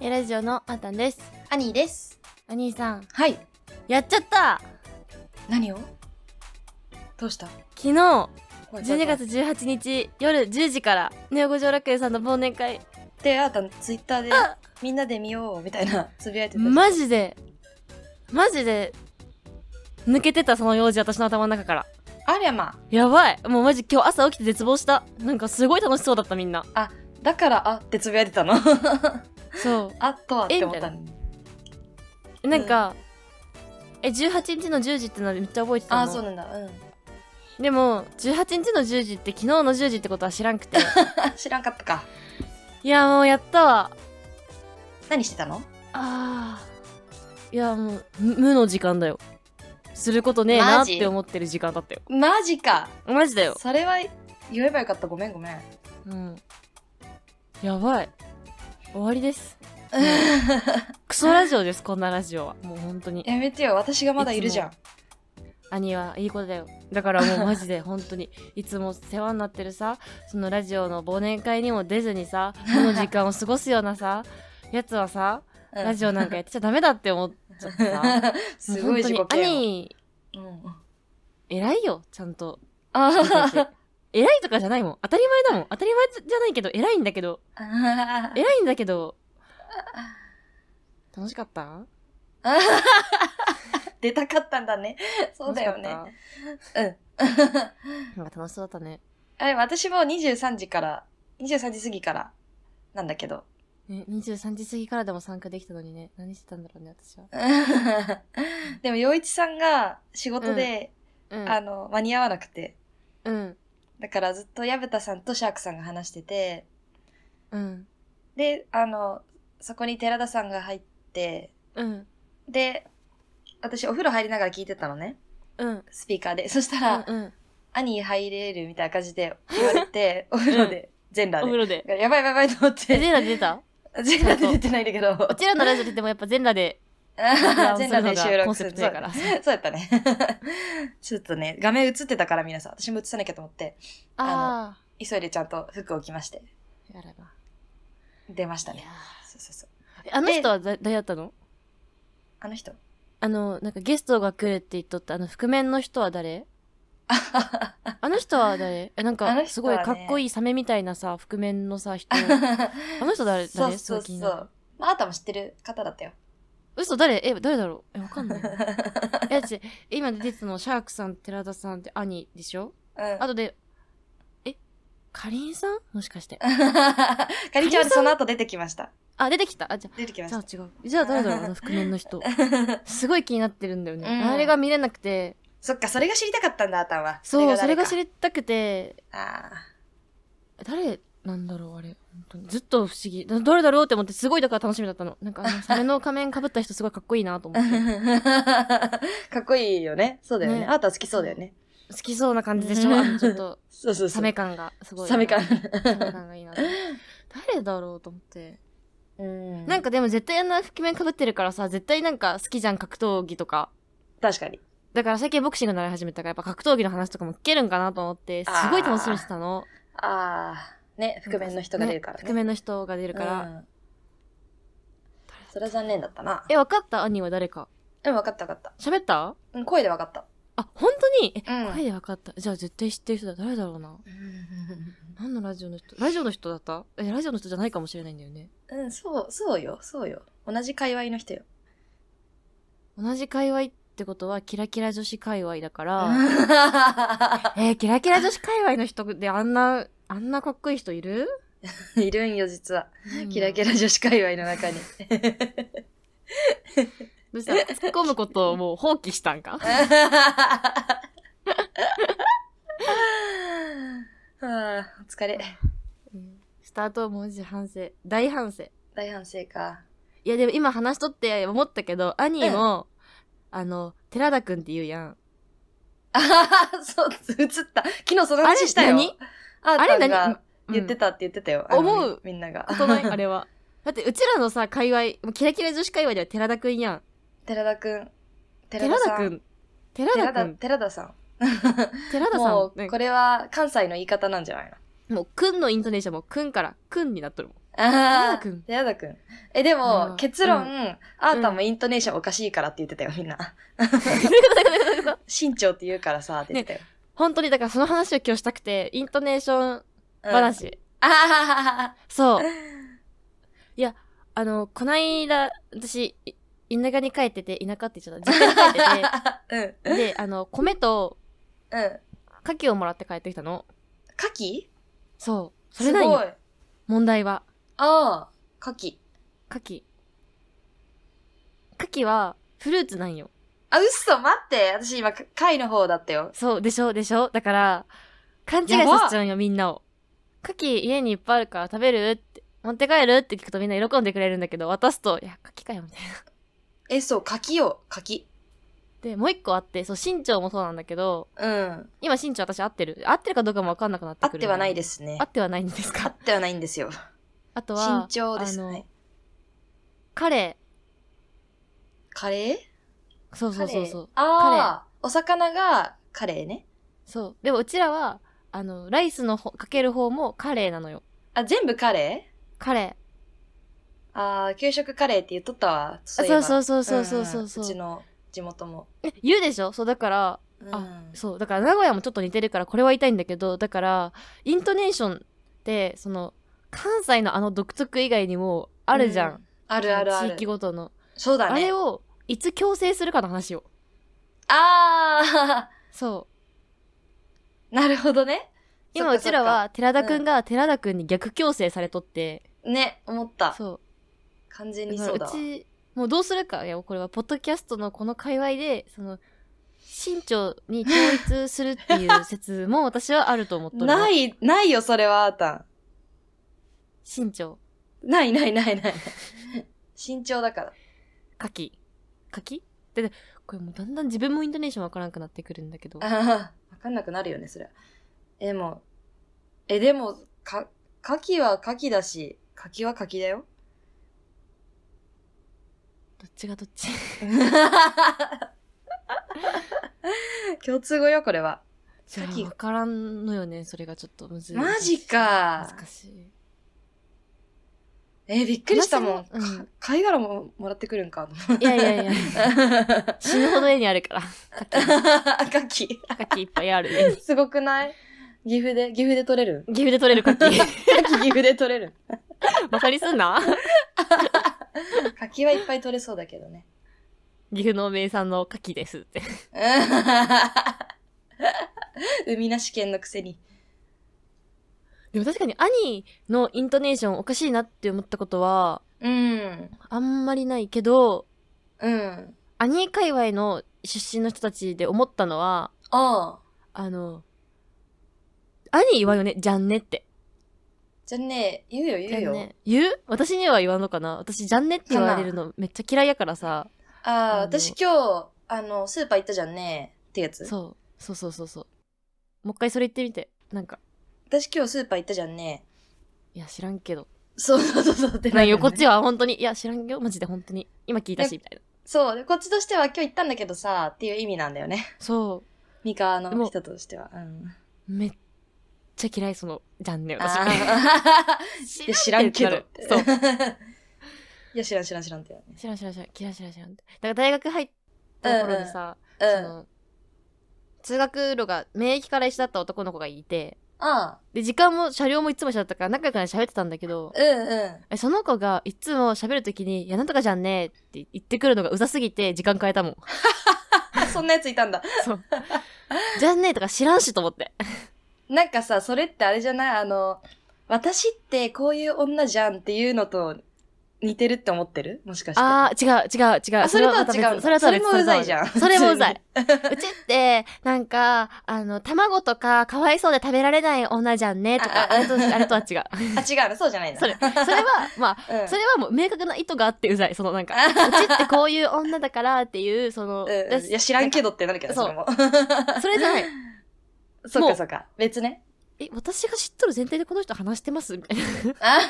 えラジオのあーたんですアニーです。お兄さんはい。やっちゃった何をどうした昨日怖い怖い怖い12月18日夜10時からネオ五条楽園さんの忘年会で、あーたんツイッターであみんなで見ようみたい なつぶやいてた。マジでマジで抜けてたその用事私の頭の中からありゃまやばいもうマジ今日朝起きて絶望したなんかすごい楽しそうだったみんなあ。だから、あってつぶやいて たの。そあとはって思ったえの。うなんか、え18日の10時ってのはめっちゃ覚えてたのあー、そうなんだ。うん。でも18日の10時って昨日の10時ってことは知らんく てあ知らんかったか。いやもうやったわ何してたのあーいやもう無無の時間だよすることねえなマっジて思ってる時間だったよマジか。マジだよ、それは言えばよかった。ごめんごめん。うん、やばい終わりですクソラジオですこんなラジオはもう本当に やめてよ。私がまだいるじゃん。兄はいい子だよだからもう マジで本当にいつも世話になってるさそのラジオの忘年会にも出ずにさこの時間を過ごすようなさやつはさうんラジオなんかやってちゃダメだって思っちゃってさ すごい自己もう本当に嫌悪。兄うん偉いよちゃんとあ見てーて 偉いとかじゃないもん当たり前だもん当たり前じゃないけど偉いんだけどあ ー。偉いんだけど楽しかった出たかったんだね。そうだよね。楽しうん。かったなんか楽しそうだったねあれ、私も23時から、23時過ぎからなんだけ ど。ね23時過ぎからでも参加できたのにね何してたんだろうね私はでも、洋一さんが仕事で、うんあの、間に合わなくて。うんだからずっと矢蓋さんとシャークさんが話してて、うんで、あの、そこに寺田さんが入って、うんで、私お風呂入りながら聞いてたのね。うんスピーカーで。そしたら、うん兄入れるみたいな感じで言われ て、お風呂で、全お裸風で。呂でやばいやばいやばいと思っえて。全裸で出 た全裸で出てないんだけど。うちらのラジオででもやっぱ全裸で全裸でそ収れのがコ録ンすセるプ。トやからそうそうやったね。 ちょっとね、画面映ってたから皆さん、私も映さなきゃと思って、あ急いでちゃんと服を着まして、あやらな出ましたいやね。そうそうそう。ーあの人はだ誰やったのあの人。 あの、なんかゲストが来るって言っとった、あの、覆面の人は誰ああの人は誰え、なんあの人か、はねすごいかっこいいサメみたいなさ、覆面の さ、人。あの人誰そ誰うそうすごい気そになるう。まあ、あなたも知ってる方だったよ。嘘誰え、誰だろうえ、わか んない。え、ち、今出てたの、シャークさん、寺田さんって兄でしょうん。 あとで、え、かりんさんもしかして。かりんちゃんはその後出てきました。あ、出てきた。あ、じゃ出てきあ、まじゃしあ違う。じゃあ誰だろうあの覆面の人。た。すごい気になってるんだよね。うんあれが見れなくて。そっか、それが知りたかったんだ、あなたは。そう、それが知り、りたくて、あ誰なんだろうあれ本当にずっと不思議だ誰だろうって思ってすごいだから楽しみだったのなんかあのサメの仮面かぶった人すごいかっこいいなと思ってー かっこいいよね。そうだよね。ねあなた好きそうだよね。好きそうな感じでしうょんあのちょっとそうそうそう。サメ感がすごいサメ感サメ感がいいなと思って誰だろうと思ってうんなんかでも絶対あんな覆面かぶってるからさ絶対なんか好きじゃん格闘技とか確かに。だから最近ボクシング習い始めたからやっぱ格闘技の話とかも聞けるんかなと思ってすあーごい楽しみにしてたのああ、ね、覆面の人が出るからね。覆面の人が出るから、うんそれは残念だったな。え分かった兄は誰かうん、分かった分かった。喋ったうん、声で分かった。あ本当にえうん声で分かった。じゃあ絶対知ってる人だ。誰だろうな。何のラジオの人ラジオの人だったえ、ラジオの人じゃないかもしれないんだよね。うん、そう、そうよ、そうよ。同じ界隈の人よ。同じ界隈ってことは、キラキラ女子界隈だから、 いえーキラキラ女子界隈の人であんな、あんなかっこいい人いるるんよ、実は。キラキラ女子界隈の 中に。 どうした突っ込むことをもう放棄したん かあーお疲れ。うんスタート文字反省。大反省。大反省か。いやでも今話しとって思ったけど、兄も、あの、寺田くんって言うやん。あははそう、映った。昨日その話したあれよ。何ああれたんが何言ってたたって言ってたよ。うんあの思うみんなが。 ことないあれは。だってうちらのさ、界隈、もうキラキラ女子界隈では寺田くんやん。寺田くん。寺寺田田さくん。ん。寺田寺く田ん。寺田さん。寺田さん。もう、ねこれは関西の言い方なんじゃないのもう、くんのイントネーションも、くんから、くんになっとるもん。やあだくーん。やだくん。え、でうも、ん結論、うあーたもイントネーションおかしいからって言ってたよ、みんな。身長って言うからさ、って言ってたよ。本当にだからその話を今日したくて、イントネーションうん話。ああそう。 いや、あの、こないだ、私、い田舎に帰ってて、田舎って言っちゃった。実家に帰って うん。て、で、あの、米とうん。牡蠣をもらって帰ってきたの。カキそう。それすなごいい。問題は。ああ、カキ。牡蠣。牡蠣は、フルーツなんよ。あ、嘘待って私今、貝の方だったよ。そう、でしょ、でしょだから、勘違いやばさせちゃうんよ、みんなを。牡蠣家にいっぱいあるから食べるって、持って帰るって聞くとみんな喜んでくれるんだけど、渡すと、いや、牡蠣かよ、みたいな。え、そう、カキよ、カキ。で、もう一個あって、そう、身長もそうなんだけど、うん。今身長私合ってる合ってるかどうかも分かんなくなってあっくるてはないでですね合。ってはないんですあかってはないんですよ。あとは身長ですあねの。彼カレーそうそうそうそうカレーああ、お魚がカレーね。そうでもうちらはあのライスのほかける方もカレーなのよあ、全部カレカレーああ、給食カレーって言っとったわ。ーいえばあそうそうそうそうそうそううんうちの地元も。え言うでしょそうだからうん、あそうだから名古屋もちょっと似てるからこれは言いたいんだけどだからイントネーションってその関西のあの独特以外にもあるじゃん、あるあるあ地域る。ごとの、そうだあれね。をいつ強制するかの話をああ、そう なるほどね。今そっうかそっちからは寺田くんが寺田くんに逆強制されとって、ね、思った。そ完全うだにからそううだわ。ちもうどうするかいやこれはポッドキャストのこの界隈でその身長に統一するっていう説も私はあると思っとるのない、ないよ、それは、あーたん。身長ないないな いない。慎重だから。書き書きででこれもうだんだん自分もイントネーションわからなくなってくるんだけどああ、わかんなくなるよね、それは。え、もう。え、でも、か、牡蠣は牡蠣だし、牡蠣は牡蠣だよ。 どっちがどっ ち共通語よ、これは。じゃ牡蠣あわからんのよねそれがちょっとむずいマジか難しいえ、びっくりしたもん。私もうんか貝殻ももらってくるんか。いやいやいや死ぬほど絵にあるから 牡蠣。書きいっぱいある ねすごくない岐阜で、岐阜で取 れる岐阜で取れる牡蠣。牡蠣岐阜で取れる。バカにすんな。 牡蠣はいっぱい取れそうだけどね。岐阜の名産の牡蠣ですって。 海なし県のくせに。でも確かに兄のイントネーションおかしいなって思ったことはうん。あんまりないけど、うん。兄界隈の出身の人たちで思ったのは、ああ。あの、兄言わんよね、じゃんねって。じゃあね、言うよ言うじゃんよ。ね言う私には言わんのかな私、じゃんねって言われるのめっちゃ嫌いやからさ。ああ、あの私今日、あの、スーパー行ったじゃんね。ってやつ。そう。そうそうそうそう。もう一回それ言ってみて。なんか、私今日スーパー行ったじゃんね。いや、知らんけ ど。そうそうそうそうってななんるよよ、ねこっちは本当に。いや、知らんよ、マジで本当に。今聞いたし、みたいな。そう。でこっちとしては今日行ったんだけどさ、っていう意味なんだよね。そう。ミカのでも人としては。うん。めっちゃ嫌いそのジャンね私ああ。 いや、知らんけどって。そう いや、知らん知らん知らんってやるね。知らん知らん知らん嫌い知らん知らんってだから大学入った頃にさ、うそん。あの通学路が免疫から一緒だった男の子がいてあ。で時間も車両もいつも一緒だったから仲良くない喋ってたんだけどうんうん。えその子がいつも喋るときに「いやなんとかじゃんね」って言ってくるのがうざすぎて時間変えたも んあ、そんなやついたんだ。 「じゃんね」とか知らんしと思ってなんかさ、それってあれじゃないあの、私ってこういう女じゃんっていうのと似てるって思ってるもしかして。ああ違う違う違うあそれとは違うのそれとは別それもうざいじゃんそれもう ざい うちってなんかあの卵とかかわいそうで食べられない女じゃんねとかあああれとあれとは 違うあ、違うのそうじゃないんだ。それそれはまうあんそれはもう明確な意図があってうざいそのなんかうちってこういう女だからっていうその、うんうん。いや、知らんけどってなるけど、そうそれも。なんかそれじゃない そっもかうそっか。別ね。え私が知っとる前提でこの人話して ますみたいなあ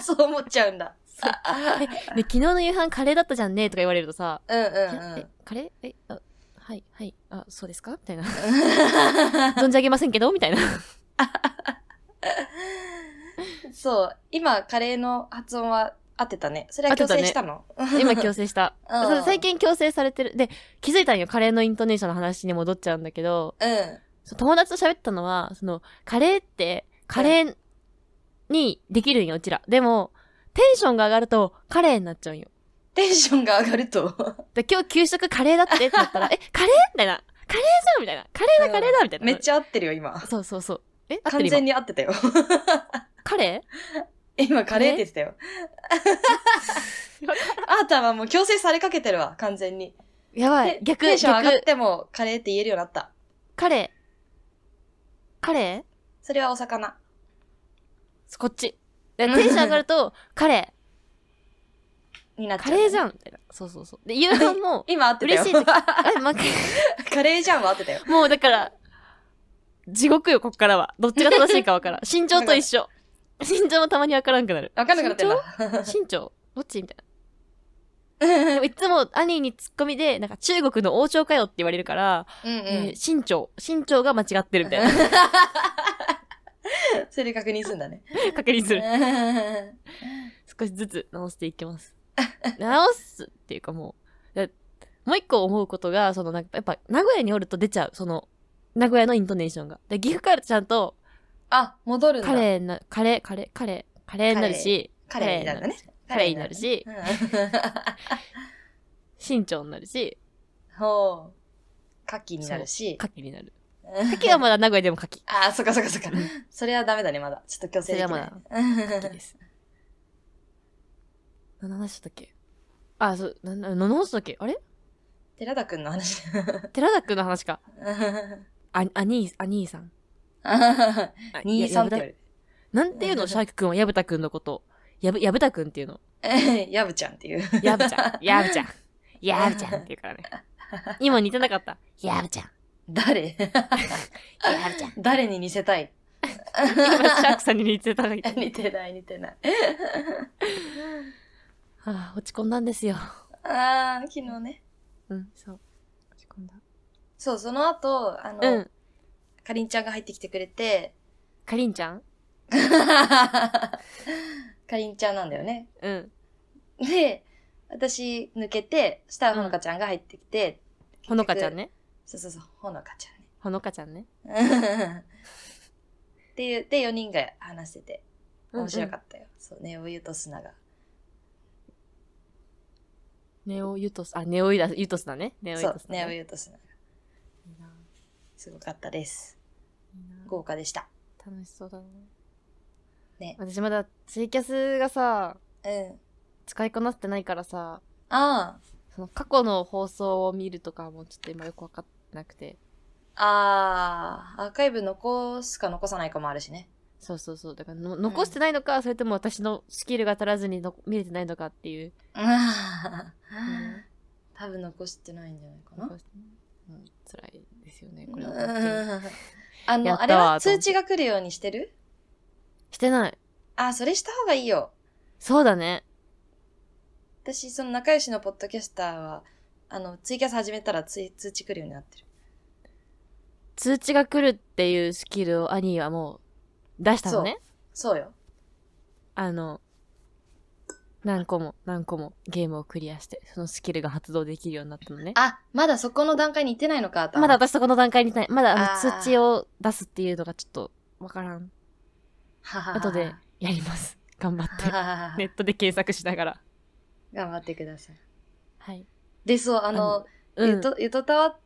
ーそう思っちゃうんだ。えで昨日の夕飯カレーだったじゃんねとか言われるとさ、うんうんいやうえん。カレーえあはいはいあそうですかみたいな 存じ上げませんけどみたいな そう、今、カレーの発音は合ってたね。それ合はって強た制ねしたの、今強制した。うんそう最。近強制されてる。で、気づいたんよ。カレーのイントネーションの話に戻っちゃうんだけど、うん。そう友達と喋ったのは、その、カレーって、カレーにできるんよ、うちら。でも、テンションが上がると、カレーになっちゃうんよ。テンションが上がると。で今日給食カレーだってってな ったら、え、カレーみたいな。カレーじゃんみたいな。カレーだ、カレーだみたいな。めっちゃ合ってるよ、今。ゃ。そうそうそう。え、合って完る今全に合ってたよ。カレ今、カレーって言ってたよ。あーたんはもう強制されかけてるわ、完全に。ーやばでい。逆、テンション上がっ逆。てもカレーって言えるようになった。カレー。カレそれはお魚。ーこっち。でテンション上がると、カレになっー。ちゃカう、レーじん。ゃんみたいな。そうそうそう。で、夕飯も、今合ってたよ。嬉しい時え、ま、 カレーじゃんは合ってたよ。 もうだから、地獄よ、こっからは。どっちが正しいかわ からん。身長と一緒。身長もたまにわからんくなる。わかんなくなってんだ。身長どっちみたいな。でもいつも兄にツッコミで、なんか中国の王朝かよって言われるから、うん うん。えー身長、身長が間違ってるみたいな。それで確認するんだね。確認する。う少しずつ直していき ます。直すっていうかもう、だもう一個思うことが、そのなんか、やっぱ名古屋におると出ちゃう。その、名古屋のイントネーションが。で、岐阜からちゃんと、 あ、戻るんだ。カレーな、カレー、カレー、カレー、カレーになるし、カレーになるんだね。カレーになるしカ、レーになるね。身長になるし、うん ほう。カキになるし。牡蠣にな る。カ牡蠣はまだ名古屋でも牡蠣。 あー、そっかそっかそっかうん。それはダメだね、まだ。ちょっと強制できない。牡蠣です。何の話したっけあ、そう、な、な、何の話したっけあれ 寺田くんの話。 寺田くんの話か。あ、あ兄、あ兄さん。あ兄さんってなんていうのシャークくんは矢蓋くんのこと。やぶ、矢蓋くんっていうの。言われる。やぶちゃんっていう。やぶちゃん。 やぶちゃん。やぶちゃんって言う からね。今似てなかった。やぶちゃん。 誰 やぶちゃん。誰に似せたい今 シャークさんに似てた のに。似てない、似てない。はあ、落ち込んだんですよ。あー、昨日ね。うん、そう。落ち込んだ。そう、その後、あの、うん。かりんちゃんが入ってきてくれて、 かりんちゃんかりんちゃんなんだよね。うん。で、私抜けて、そしたらほのかちゃんが入ってきて、ほのかちゃんね。そうそうそう、ほのかちほのかちゃんね。ゃんね。っていう、で、4人が話してて、面白っかったよ。そうね、お湯と砂が。た。ネオユトス、あ、ネオユダユトスだね。ネオユそうトス、だね、おね。湯と砂が。いいなすごかったです。いいな豪華でした。楽しそうだな。ね私まだツイキャスがさ、うん。使いこなせてないからさ、あその過去の放送を見るとかもちょっと今よくわかってなくて。あ、ああ、アーカイブ残すか残さないかもあるしね。そうそうそう。だからの残してないのか、それとも私のスキルが足らずにの見れてないのかっていう。ああ、多分残してないんじゃないかな。残してうん、辛いですよね、これは本当に。うんあやの、ったわあれはと思通って知が来るようにしてる してない。あ、それした方がいいよ。そうだね。私、その仲良しのポッドキャスターは、あの、ツイキャス始めたらつい通知来るようになってる。通知が来るっていうスキルを兄はもう出したのね。そうよ。あの、何個も何個もゲームをクリアして、そのスキルが発動できるようになったのね。あ、まだそこの段階に行ってないのか、頭まだ。私そこの段階にいない。まだああーの通知を出すっていうのがちょっとわからん。ははは後で。やり ます。頑張っはて。はははネットで検索しながら。頑張ってください。はい。で、そう、ああのの、うゆん。と、ゆとたわ、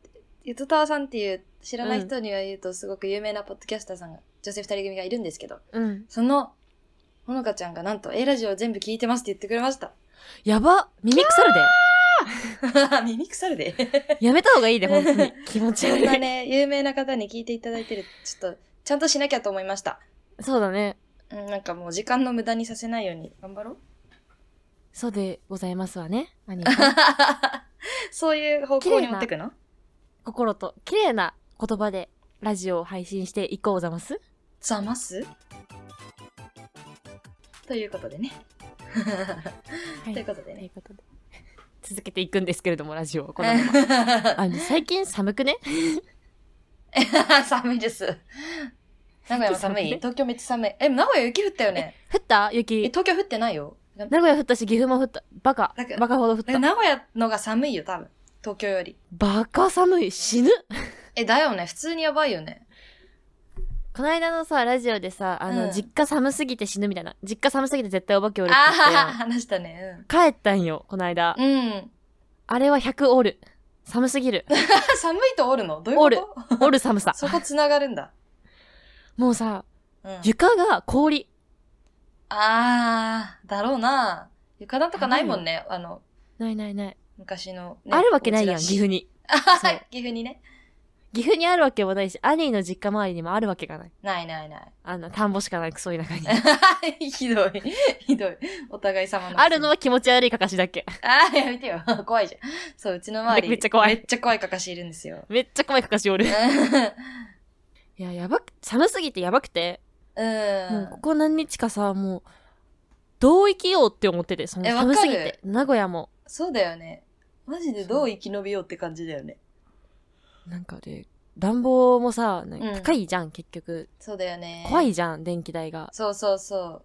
ゆとたわさんっていう、知らない人には言うと、すごく有名なポッドキャスターさんが、女性二人組がいるんですけど、うん。その、ほのかちゃんがなんと、A ラジオ全部聞いてますって言ってくれ ました。やば耳腐る耳腐るで。でやめた方がいいで、本当 に。気持ちそ悪。んないね、有名な方に聞いていただいてる、ちょっと、ちゃんとしなきゃと思いました。そうだね。うん、なんかもう時間の無駄にさせないように頑 張ろう。そうでございますわね。兄そういう方向に持ってくの心と綺麗な言葉でラジオを配信していこうざます。ざますということでね。はというとことでいねう。ことで。続けていくんですけれども、ラジオをこ のまま。あの、最近寒くね 寒いです。名古屋も寒い 寒いね東京めっちゃ寒い。え、名古屋雪降ったよね降ったえ、雪。東京降ってないよ。な名古屋降ったし、岐阜も降った。バカだか。らバカほど降っえた。名古屋のが寒いよ、多分。東京より。バカ寒い。死ぬ。え、だよね。普通にやばいよね。この間のさ、ラジオでさ、あの、うん実家寒すぎて死ぬみたいな。実家寒すぎて絶対お化けおるってあ言っはたやは、ん話したね。帰ったんよ、この間。うん。うん。 あれは100おる。寒すぎる。寒いとおるのどういうことおるおる寒さ。そこ繋がるんだ。もうさ、うん。床が氷。あー、だろうな。床暖とかないもんね。あの、ないないない。昔昔の、ねあるわけないやん、お家だ岐し阜に。あ はそうは岐阜にね。岐阜にあるわけもないし、兄の実家周りにもあるわけがない。ないないない。 あんな田んぼしかないクソ田舎に。ひどい。ひどい。お互い様の。あるのは気持ち悪いかかしだけ。ああ、やめてよ。 怖いじゃん。そう、うちの周り。めっちゃ怖いめっちゃ怖いかかしいるんですよ。 めっちゃ怖いかかしおる。ういや、やばく、寒すぎてやばくて、ん。もうここ何日かさ、もう、どう生きようって思ってて、そのえわ寒かるすぎて。名古屋も、そうだよね。マジでどう生き延びようって感じだよね。なんかで、暖房もさ、なんうんか高いじゃん、結局。そうだよね。怖。いじゃん、電気代が。そうそうそ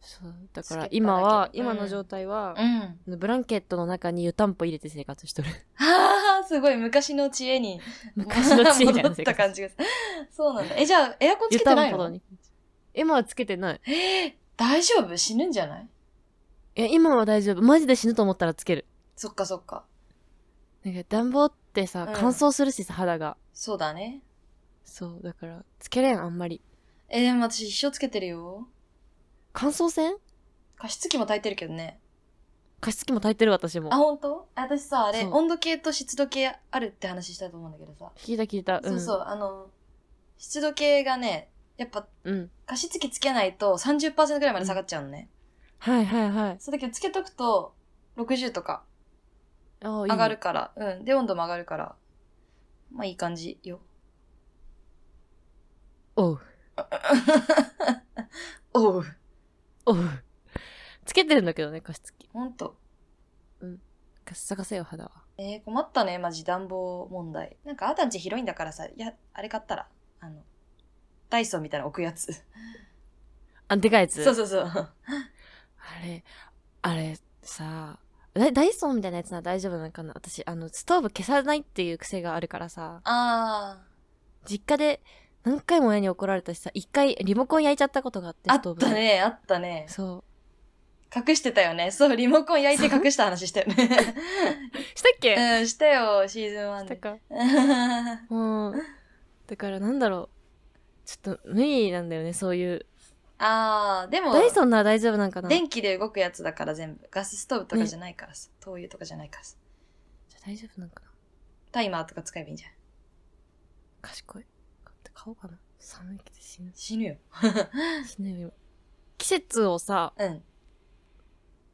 そうだかスらキッパ今はだ、けど今うのん状態はう。う、ん。 ブランケットの中に湯たんぽ入れて生活しとる。ああ、すごい。昔の知恵に。昔の知恵みたい 戻なっ生た感活。じがする。そうなんだ。え、じゃあ、エアコンつ湯けてたなんいぽののに。今はつけてない。えー大丈夫死ぬんじゃないいや、今は大丈夫。マジで死ぬと思ったらつける。そっかそっか。なんか暖房ってさ、うん乾燥するしさ、肌が。そうだね。そう、だから、つけれん、あんまり。えー、でも私一生つけてるよ。乾燥線加湿器も炊いてるけどね。加湿器も炊いてる私もあ、。本当？私さ、あれ、そう温度計と湿度計あるって話したと思うんだけどさ。聞いた聞いた。そうそう、あの、湿度計がね、やっぱ、うん。うん。加湿器つけないと30%ぐらいまで下がっちゃうのね。はいはいはい。そうだけど、つけとくと、60とかああ、いいね上がる。から、うん。で、温度も上がるから、まあいい感じ よ。おう。おう。おう。つけてるんだけどね、加湿器。ほんと。ガッサガサよ、肌は。えー、困ったね、マジ暖房問題。なんか、あーたんち広いんだからさ、いや、あれ買ったら、あの、ダイソーみたいなの置くやつ。あ、でかいやつ。そうそうそう。あれ、あれ、さ、ダイダイソーみたいなやつなら大丈夫なのかな私、あの、ストーブ消さないっていう癖があるからさ、あー。実家で何回も親に怒られたしさ、一回リモコン焼いちゃったことがあって、あストーっブでた。ね、あったね。そう。隠してたよね。そう、リモコン焼いて隠した 話したよね。したっけ、うん、したよ、シーズン1したで。か。うもう、だからなんだろう。ちょっと無理なんだよね、そういう。ん あー、でも、ダイソンなら大丈夫なんかな電気で動くやつだから全部。ガスストーブとかじゃないからさ。灯油とかじゃないからさ。じゃあ大丈夫なんかなタイマーとか使えばいいんじゃん。賢い。買って買おうかな。寒いけど死ぬ。死ぬよ。死ぬよ、今季節をさ、うん。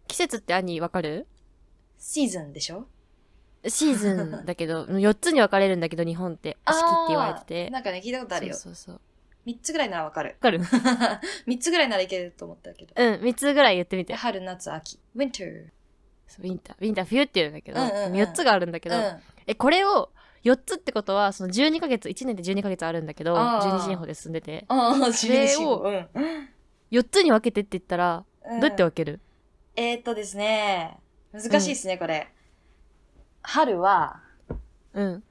季節って兄わか るシーズンでしょシーズンだけど、4つに分かれるんだけど、日本って。四季って言われてあーて。なんかね、聞いたことあるよ。そうそうそう。 3つぐらいならわかる。わかる 3つぐらいならいけると思ったけど。うん、3つぐらい言ってみて。春、夏、秋。winter。そうウィンター。ウィンター冬って言うんだけど、うんうんうん4つがあるんだけうん。ど、え、これを、4つってことは、その12ヶ月、1年で12ヶ月あるんだけど、あー12時法で進んでて、ああ、自分をうん。 4つに分けてって言ったら、んどうやって分けるえー、っとですね、難しいですね、これ。春は、うん。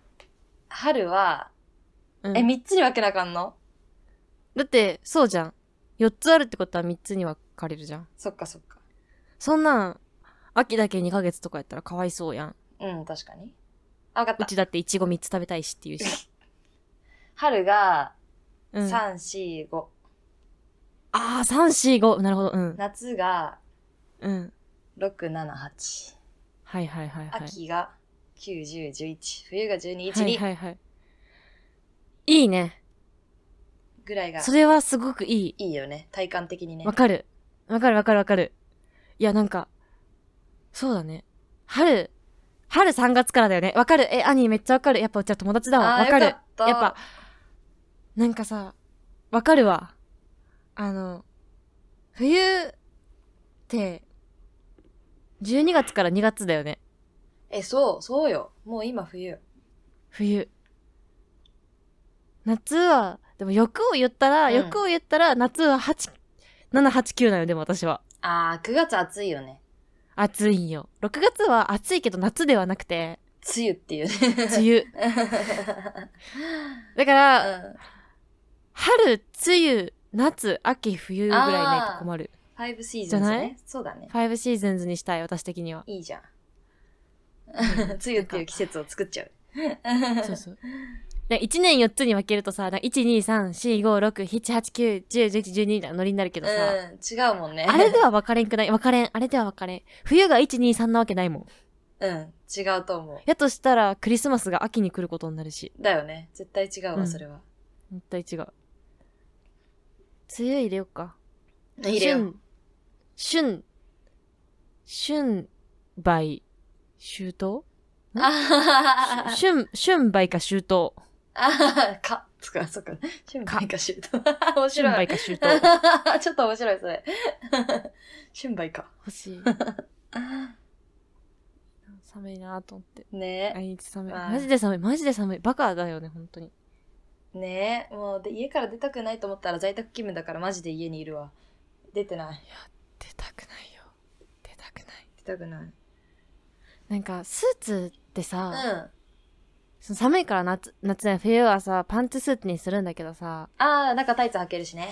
春は、うん、え、三つに分けなあかんのだって、そうじゃん。4つあるってことは3つに分かれるじゃん。そっかそっか。そんなん、秋だけ2ヶ月とかやったらかわいそうやん。うん、確かに。あ、わかっうた。ちだっていちご3つ食べたいしっていうし。春が、うん、あ三四五あー、3、4、5。なるほど。うん。夏が、うん。六七八はいはいはいはい。秋が、九十十一冬が十二は一い二はいはい。いいね。ぐらいが、それはすごくいいいよね。体感的にい。ねわ。かる。わかるわかるわかる。いや、なんか、そうだね。春、春3月からだよね。わかる。え、兄めっちゃわかる。やっぱうちは友達だわ。あわーかる。よやっったぱ、なんかさ、わかるわ。あの、冬って、12月から2月だよね。え、そう、そうよ。もう今冬。冬。夏はでも欲を言ったら、うん欲を言ったら夏は8、7、8、9なのでも私は。あー、9月暑いよね。暑いんよ。6月は暑いけど夏ではなくて、梅雨っていうね。 梅雨。だから、うん春、梅雨、夏、秋、冬ぐらいないと困る。ファイブシーじズゃンズないね。そうだね。。5シーズンズにしたい、私的には いいじゃん。うん 梅雨っていう季節を作っちゃう。そうそう。で1年4つに分けるとさ、なんか1、2、3、4、5、6、7、8、9、10、11、12みたいなノリになるけどさ、 うん、違うもんね。あれでは分かれんくない分かれん。あれでは分かれん。冬が1、2、3なわけないもん。 うん、違うと思う。やとしたら、クリスマスが秋に来ることになるし。だよね。絶対違ううわ、んそれは。絶対違う。梅雨入れようか。いいれよう。春、春、春梅、秋冬 あははは春、春梅か秋冬。あははか、そっか、そっか。春梅か秋冬。 面春白梅い。か 秋冬。ちょっと面白い、それ。 春梅か。欲しい。寒いなと思って。ねあいつ寒い。まあマジで寒い。マジで寒い。バカだよね、本当に。え、ねえ、もうで家から出たくないと思ったら在宅勤務だからマジで家にいるわ。出てない。出たくないよ。出たくない。出たくない。なんか、スーツってさ、うん。その寒いから夏、夏ね、冬はさ、パンツスーツにするんだけどさ、ああ、なんかタイツ履けるしね。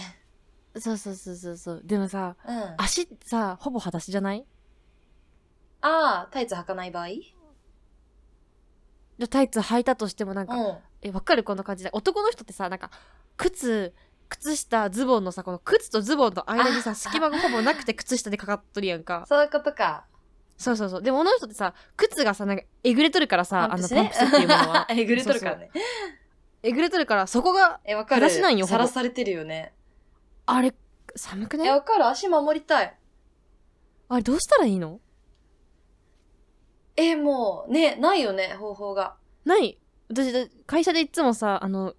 そうそうそうそうそう。でもさ、うん。あ足さ、ほぼ裸足じゃないあー、タイツ履かない場合でタイツ履いたとしてもなんか、うん。え、わかるこの感じで。男の人ってさ、なんか、靴、靴下、ズボンのさ、この靴とズボンの間にさ、あ隙間がほぼなくて靴下でかかっとるやんか。そういうことか。。そうそうそう。でも、女の人ってさ、靴がさ、なんか、えぐれとるからさ、あの、パンプスっていうものは えぐれとるからね。 えぐれとるから、そこが、え、わかる。話ないよほぼさらされてるよね。あれ、寒くえ、ねわかる。足守りたい。あれ、どうしたらいいのえ、もう、ね、ないよね、方法が。ない私、だ会社でいつもさ、あの、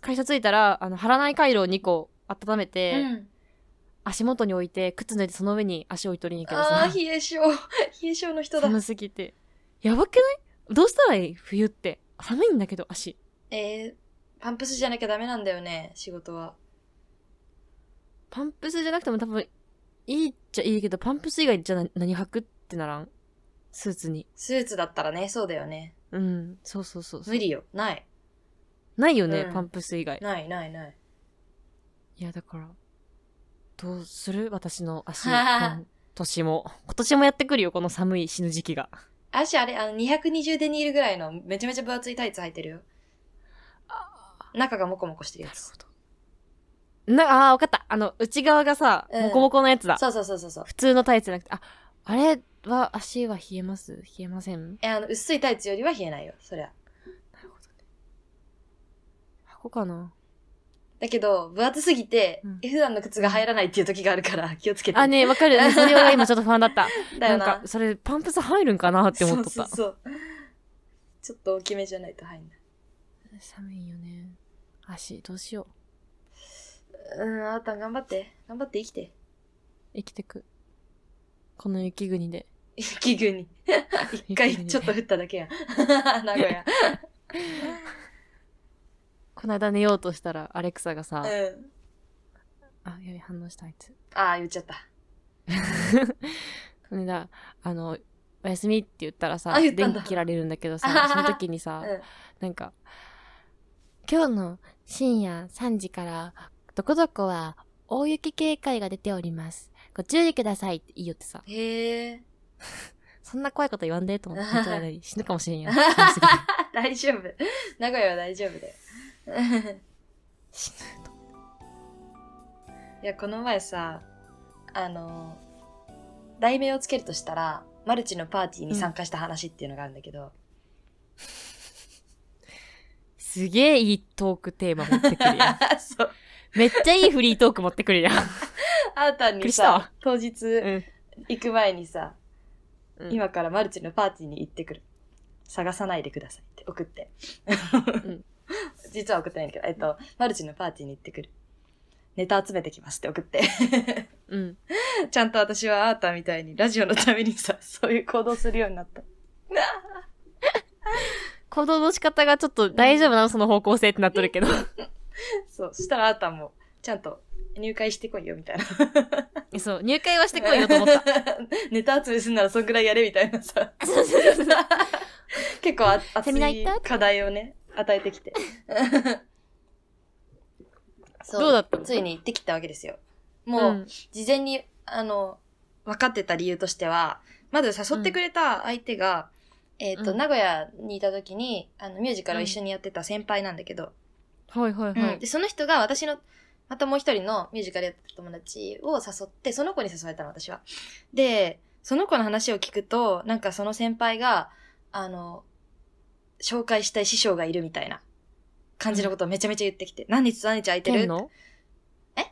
会社着いたら、あの、貼らない回路を2個温めて、うん。足元に置いて、靴脱いでその上に足置いとりに行くけどああさー、、冷え性。 冷え性の人だ。寒すぎて。やばくないどうしたらいい冬って。寒いんだけど、足。えー、パンプスじゃなきゃダメなんだよね、仕事は。パンプスじゃなくても多分、いいっちゃいいけど、パンプス以外じゃな何履くってならんスーツに。スーツだったらね、そうだよね。うん、そうそうそうそう無理よ。ない。ないよね、うんパンプス以外。ない、ない、ない。いや、だから、どうする私の 足、はは今年も。今年もやってくるよ、この寒い死ぬ時期が。足あれ、あの、220デニールぐらいのめちゃめちゃ分厚いタイツ履いてるよ。中がモコモコしてるやつ。な、ああー、わかった。あの、内側がさ、うんモコモコのやつだ。そうそうそうそうそう。普通のタイツじゃなくて、あ、あれは足は冷えます冷えませんえ、あの、薄いタイツよりは冷えないよ、そりゃ。なるほどね。履こうかな。だけど、分厚すぎて、うん普段の靴が入らないっていう時があるから、気をつけて。あ、ねえわ かる。ねそれは今ちょっと不安だった。だよな。なんか、それ、パンプス入るんかなって思っとった。そうそうそう。ちょっと大きめじゃないと入んない。寒いよね。足、どうしよう。うん、あーたん頑張って。頑張って生き て。生きてく。この雪国で。雪 国。一回ちょっと降っただ けや。名古屋。 この間寝ようとしたら、アレクサがさ、うん。あ、やべ、反応した、あいつ。ああ、言っちゃった。この間、あの、おやすみって言ったらさ、あ言った電んだ気切られるんだけどさ、 あははその時にさ、うん。なんか、今日の深夜3時から、どこどこは大雪警戒が出ております。ご注意くださいって言いよってさ、へえ。そんな怖いこと言わんでと思って、あはは本当はね死ぬかもしれんよ。寒すぎて 大丈夫。名古屋は大丈夫だよ。 死ぬと思いや、この前さ、あの、題名をつけるとしたら、マルチのパーティーに参加した話っていうのがあるんだけど、うすげえいいトークテーマ持ってくる やん。 そう。めっちゃいいフリートーク持ってくるやん。あーたんびっくりにしたさわ、当日うん行く前にさ、うん今からマルチのパーティーに行ってくる。探さないでくださいって送 って。ん実は送ってないんだけど、えっと、マルチのパーティーに行ってくる。ネタ集めてきますって送って。うん。ちゃんと私はあーたんみたいにラジオのためにさ、 そういう行動するようになった。行動の仕方がちょっと大丈夫なのその方向性ってなっとるけど。そう、そしたらあーたんも、ちゃんと入会してこいよ、みたいな。え そう、入会はしてこいよと思った。。 ネタ集めすんならそんぐらいやれ、みたいなさ。 そうそうそうそう結構あ熱セミナー行いった課題をね、与えて きて。そどうだったのついに行ってきたわけですよ。もう、もう、事前に、あの、分かってた理由としては、まず誘ってくれた相手が、えっ、と、うん名古屋にいた時に、あの、ミュージカルを一緒にやってた先輩なんだけど、はいはいはうんいで、。その人が私の、またもう一人のミュージカルやってた友達を誘って、その子に誘われたの、私は。で、その子の話を聞くと、なんかその先輩が、あの、紹介したい師匠がいるみたいな感じのことをめちゃめちゃ言ってきて、何日と何日空いて剣るのえ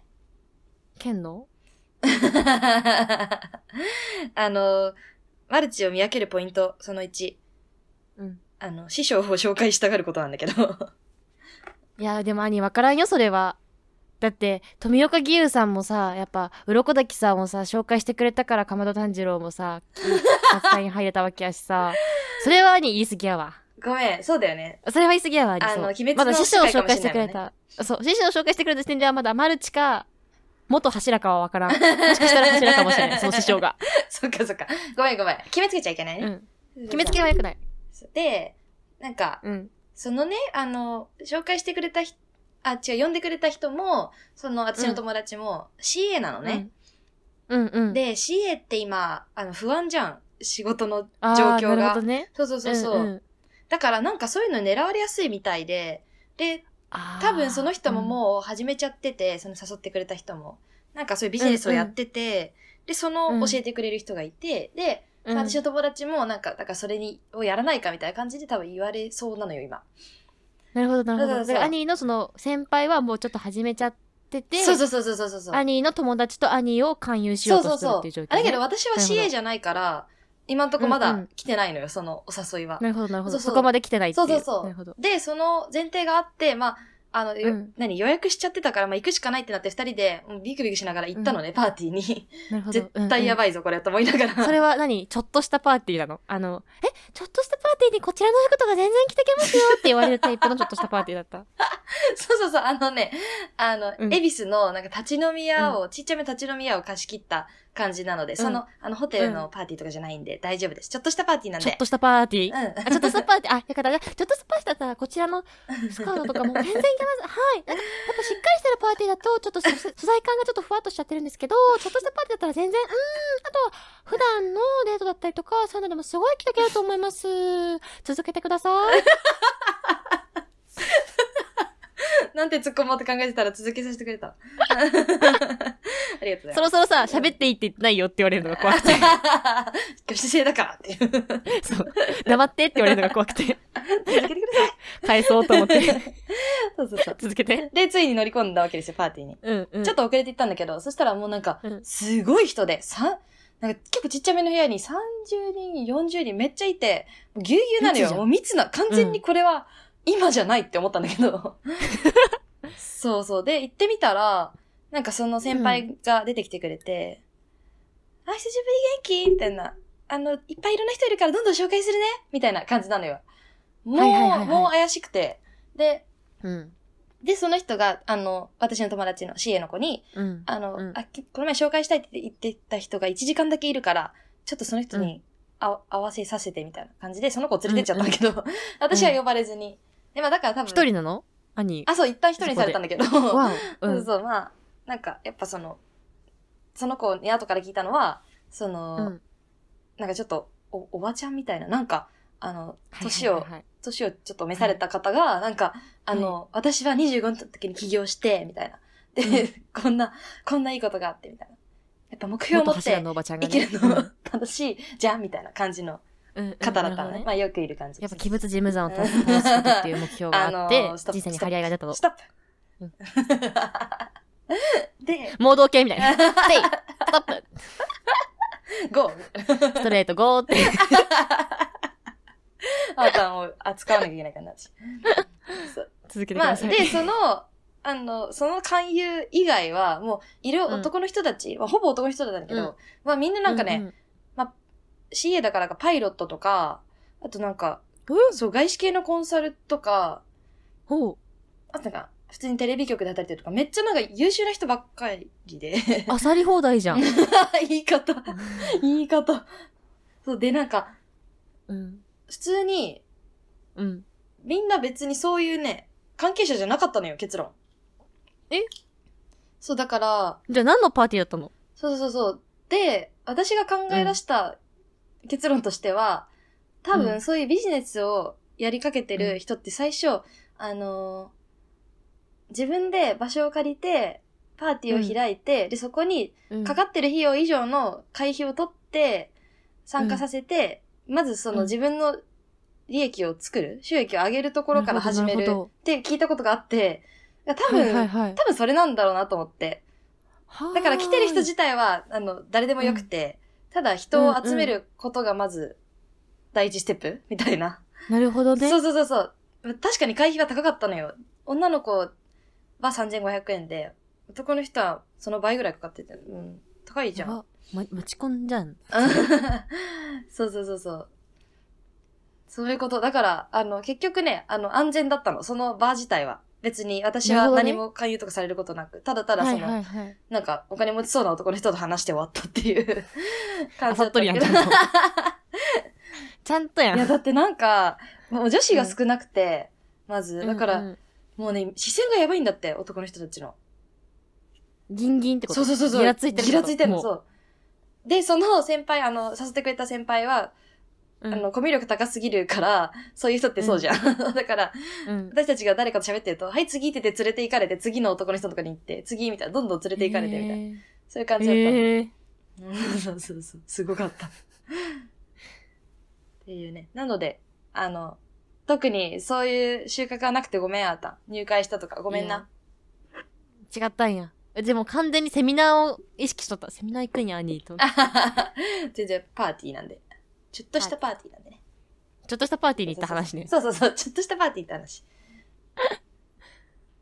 剣の あの、マルチを見分けるポイント、その1。うん。あの、師匠を紹介したがることなんだけど。いや、でも兄、わからんよ、それは。だって、富岡義勇さんもさ、やっぱ、鱗滝さんもさ、紹介してくれたから、かまど炭治郎もさ、作家に入れたわけやしさ、 それは兄、言い過ぎやわ。 ごめん、そうだよね。それは言い過ぎやわ、兄。あのそう鬼滅のまだ師匠を世界紹かも介しれしてないくもんねれた。そう、師匠を紹介してくれた時点では、まだマルチか、元柱かはわから ん。もしかしたら柱かもしれない、その師匠が。 そっかそっか。ごめんごめん。決めつけちゃいけないう ね。ん。決めつけは良くない。で、なんか、うん。そのね、あの、紹介してくれた人、あ、違う、呼んでくれた人も、その、私の友達も、CA なのね。うん。うんうん。で、CA って今、あの、不安じゃん。仕事のあー、状況がなるほどね。そうそうそうそう。んんだからなんかそういうの狙われやすいみたいで、で、あー多分その人ももう始めちゃってて、その誘ってくれた人も。なんかそういうビジネスをやってて、で、その教えてくれる人がいて、で、うん、うん私の友達もなんか、だからそれに、をやらないかみたいな感じで多分言われそうなのよ、今。なるほどなるほそうどそうそだうから兄のその先輩はもうちょっと始めちゃっててそうそうそうそうそうそう。兄の友達と兄を勧誘しそよううそとうしてるそっていう状う況。あだけど私はなるほど CA じゃないから、今んとこまうんうだん来てないのよ、そのお誘いは。なるほどなるほどそうそうそこまで来てないっていうそうそうそうなるほどで、その前提があって、まあ、あの、ようん何、予約しちゃってたから、まあ行くしかないってなって二人で、もうビクビクしながら行ったのね、パーティーに。なるほど絶対やい、ばいぞ、これ、と思いながら。うんうんそれは何ちょっとしたパーティーなのあのえちょっとしたパーティーにこちらの服とか全然着てけますよって言われるタイプのちょっとしたパーティーだった そうそうそう、あのね、あの、うん恵比寿の、なんか立ち飲み屋を、ちっちゃめの立ち飲み屋を貸し切った感じなので、その、あの、ホテルのパーティーとかじゃないんで、大丈夫です。ちょっとしたパーティーなんちょっで。としたパーティー、うん。あちょっとしたパーティー、あ、だから、ちょっとしたパーティーだったら、こちら のスカートとかも全然いけます。はい。なんか、やっぱしっかりしてるパーティーだと、ちょっと素素材感がちょっとふわっとしちゃってるんですけど、ちょっとしたパーティーだったら全然、うーん、あとは、普段のデートだったりとか、そういうのでもすごい着てけると思います。続けてくださ い。なんて 突っ込もうと考えてたら続けさせてく れた。ありがとうございます。 そろそろさ、喋っていいって言ってないよって言われるのが怖くて。挙手制だからっていう。続そう。黙ってって言われるのが怖くて。けてください。返そうと思って。 そうそうそう。続けて。で、ついに乗り込んだわけですよ、パーティーに。うんうん。ちょっと遅れて行ったんだけど、そしたらもうなんか、うんすごい人で、さんなんか結構ちっちゃめの部屋に30人、40人めっちゃいて、もうぎゅうぎゅうなの密よ。じゃんもう密な、完全にこれは今じゃないって思ったんだけど。そうそう。で、行ってみたら、なんかその先輩が出てきてくれて、あ、久しぶり元気みたいな。あの、いっぱいいろんな人いるからどんどん紹介するねみたいな感じなのよ。もう、はいはいはいはいもう怪しくて。で、うん。で、その人が、あの、私の友達の CA の子に、うん。あの、うんあ、きこの前紹介したいって言ってた人が1時間だけいるから、ちょっとその人にあ、合わせさせてみたいな感じで、その子を連れてっちゃったんだけど、 私は呼ばれずに。で、まあだから多分。一人なの兄。あ、そう、一旦一人にされたんだけど。 そわお。う。うんそう、まあ、なんか、やっぱその、その子に後から聞いたのは、その、うんなんかちょっとお、おばちゃんみたいな、なんか、あの、はい年はいをはいはい年をちょっと召された方が、なんか、あの、私は25の時に起業して、みたいな。で、うこんな、こんないいことがあって、みたいな。やっぱ目標を元持っ柱てのおばちゃんが生ねきるの楽しいじゃん、みたいな感じのうんうん方だっなたるほのね。どまあよくいる感じやでっすぱ鬼。滅自無山を倒す倒すことっていう目標があっあてのーストップ人生に張り合いが出たとストップ で、盲導犬みたい な「せいストップゴ ーストレートゴー」ってあなたを扱わなきゃいけないからな、私。そう続けてくまあ、ださい、で、その、 あの、その勧誘以外は、もう、いる男の人たち、まあほぼ男の人だったんだけど、うんまあみんななんかね、うう CA だからかパイロットとか、あとなんか、そう、外資系のコンサルとか、ほうあとなんか、普通にテレビ局で働いてるとか、めっちゃなんか優秀な人ばっかりで。あさり放題じゃん。 言い方、言い方。そう、で、なんか、うん。普通に、うん。みんな別にそういうね、関係者じゃなかったのよ、結論。えそう、だから、じゃあ何のパーティーだったのそうそうそう。で、私が考え出した結論としては、多う分んそういうビジネスをやりかけてうる人って最初、あのー自分で場所を借りて、パーティーを開いて、で、そこにかかってる費用以上の会費を取って、参加させて、まずそのうん自分の利益を作る、収益を上げるところから始めなるほどって聞いたことがあって、な多分、るほどはいはい多分それなんだろうなと思って。はい。だから来てる人自体は、あの、誰でもよくて、ただ人を集めることがまず、第一ステップみたいな。なるほどね。そうそうそうそう。確かに会費は高かったのよ。女の子は3500円で、男の人はその倍ぐらいかかってて、うん、高いじゃん。あま、持ち込んじゃん。 そうそうそうそう。そういうこと。だから、あの、結局ね、あの、安全だったの。そのバー自体は。別に私なはるほどね何も勧誘とかされることなく、ただただその、はいはい。なんか、お金持ちそうな男の人と話して終わったっていう 感あじさだっったとけりやど。ん。 いちゃんとちゃんとやん。や、だってなんか、もう女子が少なくて、まず、だから、うんうんもうね、視線がやばいんだって、男の人たちの。ギンギンってことそうそうそうそう。ギラついてるギラついてるの、う。そう。で、その先輩、あの、させてくれた先輩は、うんあの、コミュ力高すぎるから、そういう人ってそうじゃん。 だから、うん私たちが誰かと喋ってると、はい、次って言って連れて行かれて、次の男の人とかに行って、次みたいな、どんどん連れて行かれてみたいな。そういう感じだったの。へーうんそうそうそう。すごかった。っていうね。なので、あの、特にそういう収穫がなくてごめん、あーた。入会したとか、ごめんな。違ったんや。でも完全にセミナーを意識しとった。セミナー行くんや、アニーと。あははは 全然パーティーなんで。ちょっとしたパーティーなんでね。ちょっとしたパーティーに行った話ね。そうそうそう。ちょっとしたパーティーって話。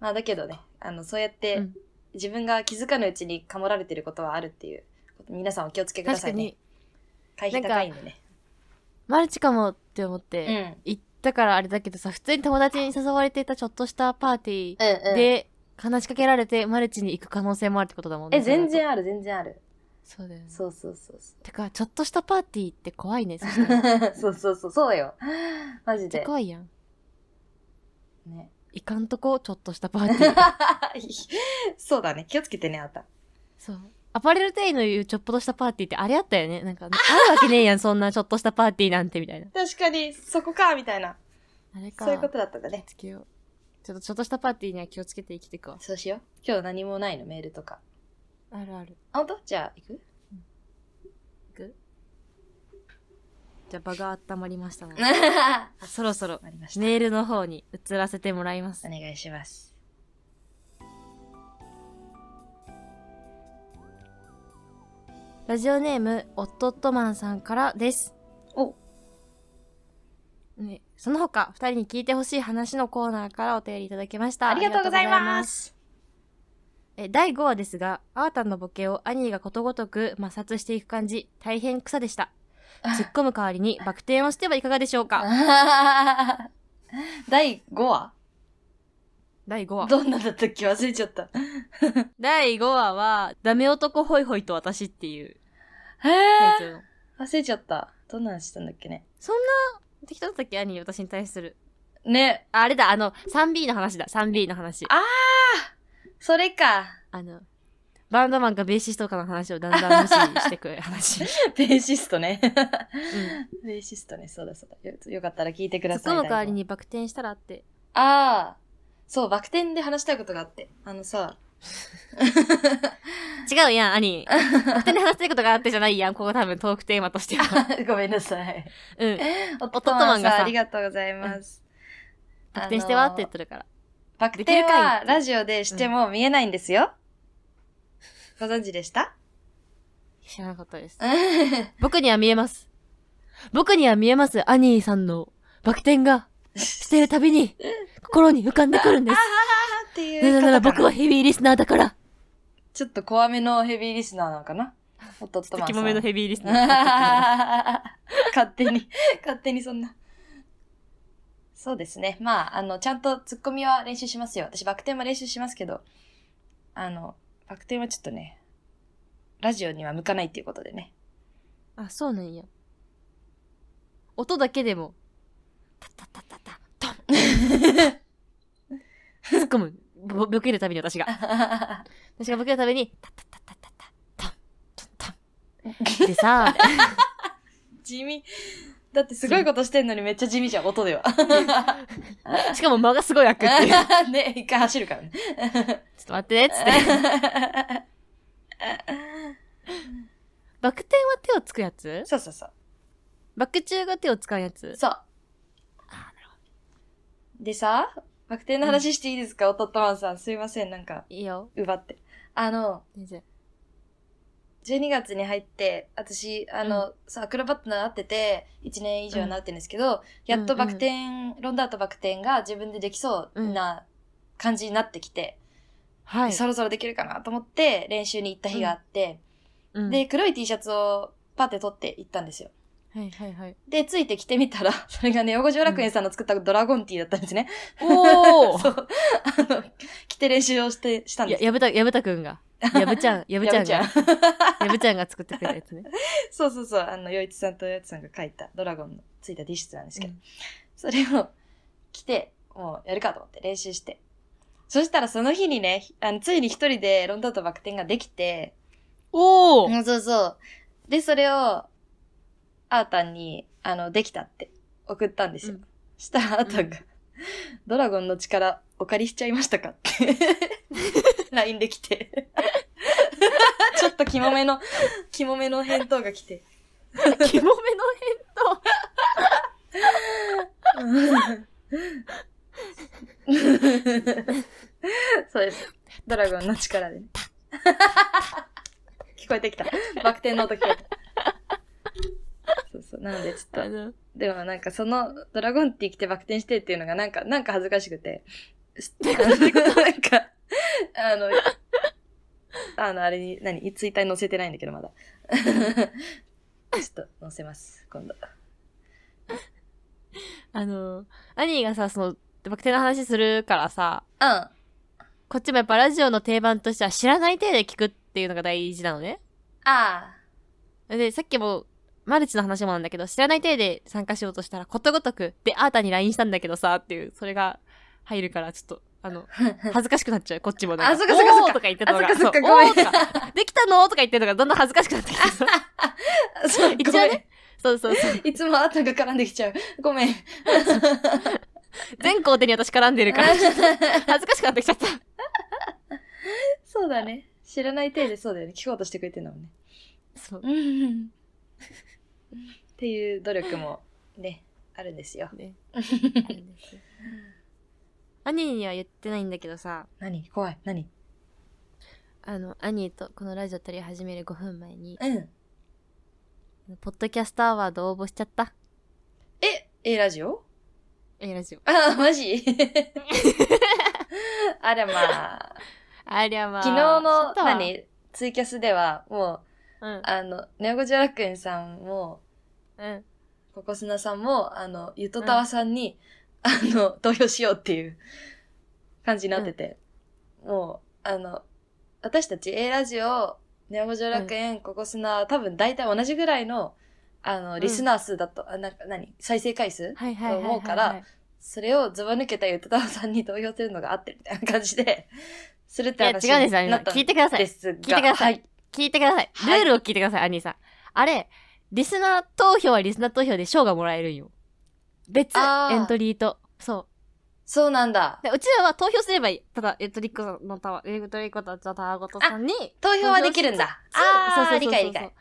まあ、だけどね、あの、そうやってうん、自分が気づかぬうちにかもられてることはあるっていうこと。皆さんお気をつけくだ確さかいね。に、会費高いんでね。マルチかもって思って、う行ったからあれだけどさ、普通に友達に誘われていたちょっとしたパーティん。うんうーん。で、話しかけられてマルチに行く可能性もあるってことだもんね。え、全それだと。然ある、全然ある。そうだよね。そうそうそうそう。てか、ちょっとしたパーティーって怖いね。そした らそうそうそう、そうよ。マジで。怖いやん。ね、 行かんとこ、ちょっとしたパーティー。そうだね。気をつけてね、あんた。そう。アパレル店員の言うちょっぽどしたパーティーってあれあったよね。なんか、あるわけねえやん、そんなちょっとしたパーティーなんてみたいな。確かに、そこか、みたいな。あれか。そういうことだったんだね。つけよう。ちょっとちょっとしたパーティーには気をつけて生きていくわ。そうしよう。今日何もないの、メールとか。あるある。あ、ほんとじゃあ、行 くじゃあ場が温まりましたので、ああそろそろりました。メールの方に移らせてもらいますお。願いします。ラジオネーム、オットットマンさんからです。おね、その他、二人に聞いてほしい話のコーナーからお便りいただきました。ありがとうございありまがとうございます。す。え、第5話ですが、アータンのボケをアニーがことごとく摩擦していく感じ、大変草で した。突っ込む代わりにバク転をしてはいかがでしょう か第5話第5話。どんなだったっけ忘れちゃった。第5話は、ダメ男ホイホイと私っていうへタイえトルの。忘れちゃった。どんな話したんだっけね。 そんな、適当だったっけ兄、私に対する。ね。ああれだ、あの、3B の話だ、3B の話。ああそれ か。の、バンドマンかベーシストかの話をだんだん無視してく 話。ベーシストね。うん。ベーシストね、そうだそうだ。よよかったら聞いてく突だっさい。込む代わりにバク転したらって。台本。ああ。そう、バク転で話したいことがあって。あの さ。 違うやん、兄。 バク転で話したいことがあってじゃないやん、ここ多分トークテーマとして は。ごめんなさい。うん。おっとっとマンがさありがとうございます。バク転してはって言っあのてるから。ーバクで転きるかいっはてラジオでしても見えないんですよ。ご存知でした知らなかったです。 あ僕には見えます。僕には見えます、アニーさんのバク転が、しているたびに、心に浮かんでくるんです。っていうなぜな方からな僕はヘビーリスナーだから。ちょっと怖めのヘビーリスナーなのかなおっとっとマンさん。ヘビーリ ス 勝手に、勝手にそんな。そうですね。まあ、あの、ちゃんとツッコミは練習しますよ。私、バク転も練習しますけど、あの、バク転はちょっとね、ラジオには向かないっていうことで ね。あ、そうなんや。音だけでも、タッタッタッタッタ、トン突っ込む。ぼぼけるたびに私が。私がボケるたびに、タッタッタッタッタッタ、トン、トン、トン。でさ、地味。だってすごいことしてんのにめっちゃ地味じゃん、音では。しかも間がすごい開くっていう。ちょっ ね、一回走るからね。と待ってね、っつって。バク転は手をつくやつ そうそうそう。バク中が手を使うやつ。そう。でさ、バク転の話していいですか、おとっとまんさん。すいません、なんか、いいよ。奪って。あの、全然。 12月に入って、私、あの、さ、アクロバット習ってて、1年以上習ってるんですけど、やっとバク転、ロンダートバク転が自分でできそうな感じになってきて、はい。そろそろできるかなと思って練習に行った日があって、うん、で、黒い T シャツをパって取って行ったんですよ。はいはいはい。で、ついて着てみたら、それがね、横条楽園さんの作ったドラゴンティーだったんですね。 お そーう。あの、着て練習をして、したんでや、す。やぶた、やぶたくんが。やぶちゃん、 やぶちゃんが。ややぶちゃん ぶちゃんが作ってくれたやつね。そうそうそう、あの、よいちさんとよいちさんが書いたドラゴンのついた T シャツなんですけど、うんそれを着て、もうやるかと思って練習して。そしたらその日にね、あのついに一人でロンドンとバク転ができて、おーうんそうそう。で、それを、あーたんに、あの、できたって送ったんですよ。うんしたらあーたんが、ドラゴンの力お借りしちゃいましたかって、LINE でき て。ちょっとキモめの、キモめの返答が来て。 キモめの そうです。ドラゴンの力でね。聞こえてきた。バク転の音聞こえた。そうそう。なので、ちょっ変と、だ。あのでもなんかその、ドラゴンティー来てバク転してっていうのがなんか、なんか恥ずかしくて。あのなんか、あの、あの、あれに、何ツイッターに載せてないんだけど、まだ。 ちょっと載せます、今度。あの、兄がさ、その、バク転の話するからさ、うん。こっちもやっぱラジオの定番としては知らない体で聞くっていうのが大事なのね。あで、さっきも、マルチの話もなんだけど、知らない体で参加しようとしたら、ことごとく、で、あーたに LINE したんだけどさ、っていう、それが入るから、ちょっと、あの、あ。恥ずかしくなっちゃう、こっちもなんあそっかそっかそっかおーとか言ってたのが。あそっかそっかそうごめんおーとかできたのとか言ってるのがどんどん恥ずかしくなってきて さ そう、一応ごめんね。そうそうそう。いつも後が絡んできちゃう。ごめん。全校手に私絡んでるから、恥ずかしくなってきちゃった。 そうだね。知らない体でそうだよね。聞こうとしてくれてるのもんね。 そう。っていう努力もね、あるんですよ。ね。あるんですよ兄には言ってないんだけどさ、何怖い。何あの、兄とこのラジオ撮り始める5分前に、うん。ポッドキャストアワード応募しちゃった。え、え、ラジオえ、ラジオ。 あ、マジ あらまあ。ありゃまあ。昨日の、ちょっとは何ツイキャスでは、もうんう、。あの、ネオゴジョ楽園さんも、うん。ココスナさんも、あの、ゆとたわさんに、あの、投票しようっていう感じになってて、もう、あの、私たち A ラジオ、ネオ五条楽園、ココスナは多分大体同じぐらいの、あうの、んリスナー数だと、あなんか何再生回数はいはいはいはいはい。思うからそれをズバ抜けたゆとたわさんに投票するのが合ってるみたいな感じで、するっいてや、話違うんですよ、兄なさん。ったん聞いてくださいで。すが。聞聞いてくださいはい。聞いてください。ルはいールを聞いてください、兄さん。あれ、リスナー投票はリスナー投票で賞がもらえるんよ。別、あーエントリーと。そそうなんだう。。で、うちらは投票すればいい。ただ、エントリーコのタワー、エントリーコとタワーごとさんに。投票はできるんだ。そうあそあ、うそうそう理解理解。。そう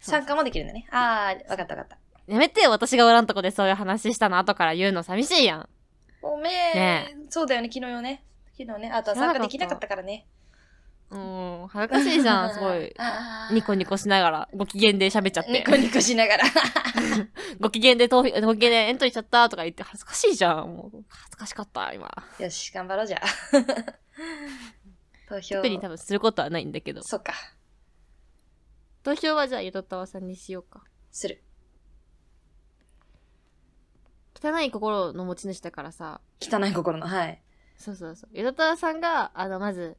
参加もできるんだね。ああ、わかったわかった。やめてよ、私がおらんとこでそういう話したの後から言うの寂しいやん。ごめん、ねそうだよね、昨日よね。昨日ね。あとは知らなかっ参加たできなかったからね。。うん、恥ずかしいじゃん、すごい あーニコニコしながら、ご機嫌で喋っちゃっ ニてコ。ニコしながら。ご機嫌で投票、ご機嫌でエントリーしちゃったとか言って、恥ずかしいじゃん。もう、恥ずかしかった、今。よし、頑張ろう じゃあ。投票特。に多分することはないんだけど。そっか、投票はじゃあ、ゆとたわさんにしようか。する。汚い心の持ち主だからさ汚い心の、はい。そうそうそう淀田さんがあのまず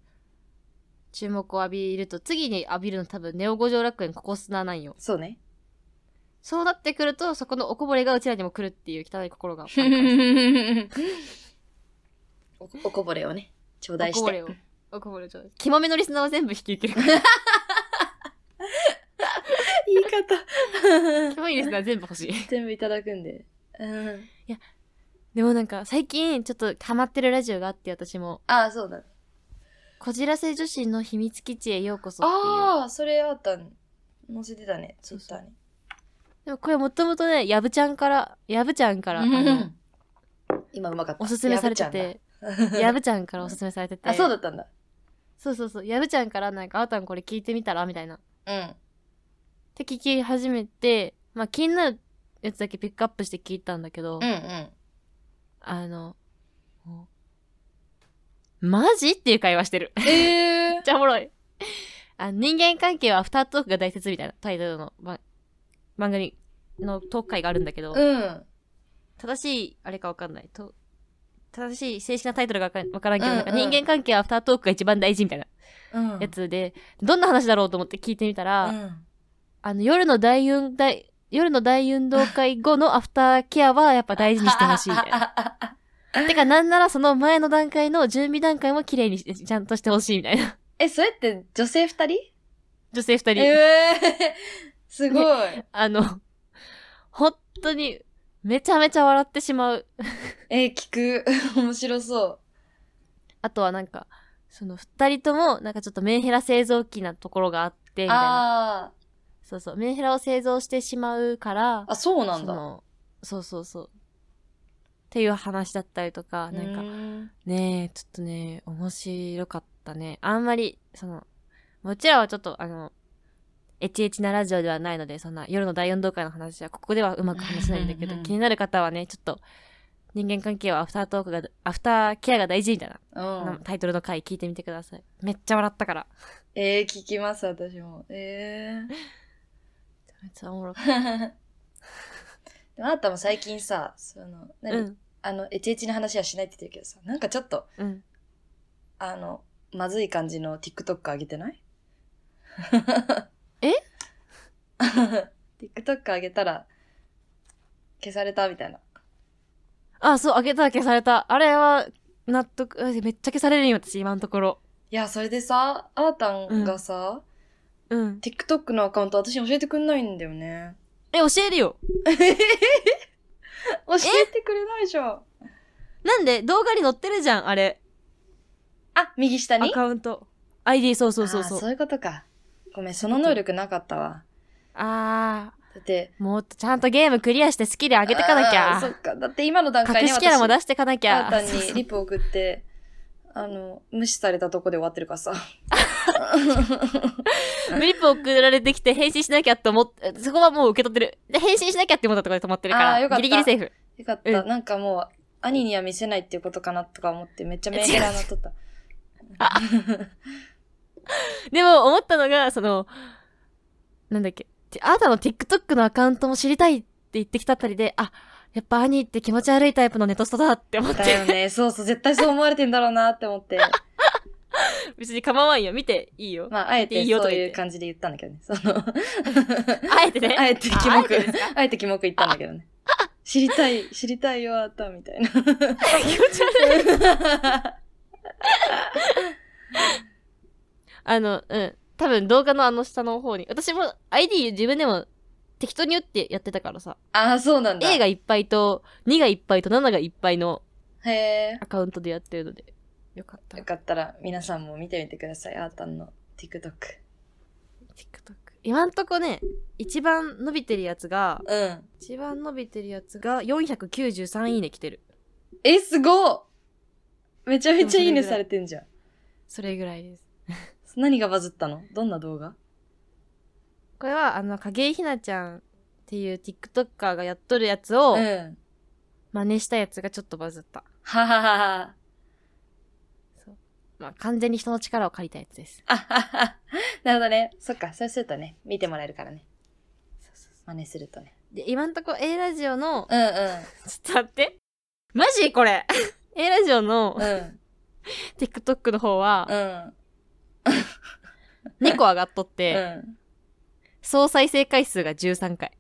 注目を浴びると次に浴びるの多分ネオ五条楽園ここ砂なんよそうね。そうなってくるとそこのおこぼれがうちらにも来るっていう汚い心が あるからさ おおこぼれをね、頂戴おしこぼれてを。おこぼれちょうだい。きまめのリスナーは全部引き受けるから。言い方。 きまめリスナー全部欲しい。全部いただくんで。うん。でもなんか最近ちょっとハマってるラジオがあって私も、ああ、そうだ。こじらせ女子の秘密基地へようこそっていう。ああ、それあったん。載せてたね、ツイッターに。でもこれもともとね、やぶちゃんから、やぶちゃんから、あうのん今うまかった。おすすめされてて、やぶちゃ んだ。やぶちゃんからおすすめされてて。 あ、そうだったんだ。そうそうそう。やぶちゃんからなんか、あーたんこれ聞いてみたらみたいな。っうん。て聞き始めて、まあ気になるやつだけピックアップして聞いたんだけど、うんうん。あの、もうマジっていう会話してる。ええめっちゃおもろい。あ人間関係はアフタートークが大切みたいなタイトルの番番組のトーク会があるんだけど、 うん。正しい、あれかわかんない。と正しい正式なタイトルがわかんわからんけど、うんなんかうん人間関係はアフタートークが一番大事みたいなうん。やつで、どんな話だろうと思って聞いてみたうら、ん。あの夜の大運大、夜の大運動会後のアフターケアはやっぱ大事にしてほしいみ たいな。な。てかなんならその前の段階の準備段階も綺麗にしちゃんとしてほしいみたいな。え、それって女性二人女性二人。ええ すごい。あの、本当に、めちゃめちゃ笑ってしまう。えー、聞く。 面白そあとはなんか、その二人とも、なんかちょっとメンヘラ製造機なところがあって、みう。たいな。あそうそう、メンヘラを製造してしまうからあ。、あ、そうなんそだ。のそうそうそう。っていう話だったりとか、なんか、か。ねえ、ちょっとね、面白かったね。あんまり、その、うちらはちょっと、あの、エチエチなラジオではないので、そんな夜の大運動会の話はここではうまく話せないんだけ うんうどんう、ん気になる方はね、ちょっと、人間関係はアフタートークが、アフターケアが大事みたいな、うん。タイトルの回聞いてみてください。めっちゃ笑ったから。えー、聞きます、私も。えめっちゃおもろかっえー。 でもあなたも最近さ、その、た。何、うん。あの、エチエチな話はしないって言ってるけどさ、なんかちょっと、うん。あの、まずい感じの TikTok 上げてないえ ?TikTok 上げたら、消されたみたいな。あ、そう、あげた消された。あれは、納得、うんめっちゃ消されるよ、私、今のところ。いや、それでさ、あーたんがさ、うん。 TikTok のアカウント私に教えてくんないんだよね。え、教えるよ。教えてくれないじゃん。なんで、動画に載ってるじゃん、あれ。あ、右下アにカウント ID そうそうそうあーそそうういうことか。ごめん、その能力なかったわ。あだって、ーもっとちゃんとゲームクリアしてスキル上げてかなきあーそゃっか。だって今の段階隠でしキャラも出してかなきあーゃたん にリプ送って、あの、無視されたとこで終わってるからさ。リプ送られてきて返信しなきゃって思ってそこはもう受け取ってるで返信しなきゃって思ったところで止まってるかあーよからったギリギリセーフよかった。うなんかもう、兄には見せないっていうことかなとか思って、めっちゃメンヘラなっとった。 でも思ったのがそのなんだっけてあなたの TikTok のアカウントも知りたいって言ってきたあたりであやっぱ兄って気持ち悪いタイプのネトストだって思っ だてよね。そうそう、絶対そう思われてんだろうなって思って。 別に構わんよ見ていいよ、まあ、あえていいよとそかう言っいうて感じで言ったんだけどね。そのあえてねあえてキモくああえてですか、あえてキモく言ったんだけどね。知りたい、知りたいよ、あーたんみたいな。気持ち悪い あの、うん。多分動画のあの下の方に。私も ID 自分でも適当に打ってやってたからさ。ああ、そうなんだ。 A がいっぱいと、2がいっぱいと、7がいっぱいのへえ。アカウントでやってるので。よかった。よ TikTok。かったら皆さんも見てみてください。あーたんの TikTok。今んとこね、一番伸びてるやつが、うん。一番伸びてるやつが493いいね来てる。え、すごっめちゃめちゃいいねでもそれぐらいされてんじゃん。それぐらいです。何がバズったのどんな動画これは、あの、影井ひなちゃんっていう TikToker がやっとるやつをう、ん。真似したやつがちょっとバズった。はははは。まあ、完全に人の力を借りたやつです。 あはは。なるほどね。そっか、そうするとね、見てもらえるからね。そうそうそう。真似するとね。で今んとこ A ラジオのうんうん。ちょっと待ってマジこれ A ラジオのうん。 TikTok の方はうん。 2個上がっとって、 うん。総再生回数が13回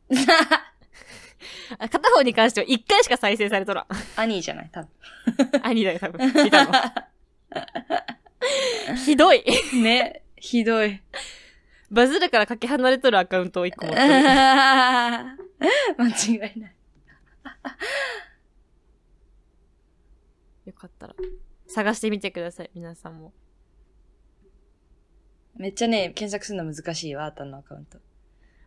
あ片方に関しては1回しか再生されと らん兄じゃない多分。兄だよ多分聞いたのひどい ね。ひどい。バズるからかけ離れとるアカウントを1個持ってる 間違いない。よかったら探してみてください皆さんもめっちゃね、検索するの難しいわ、あたのアカウント。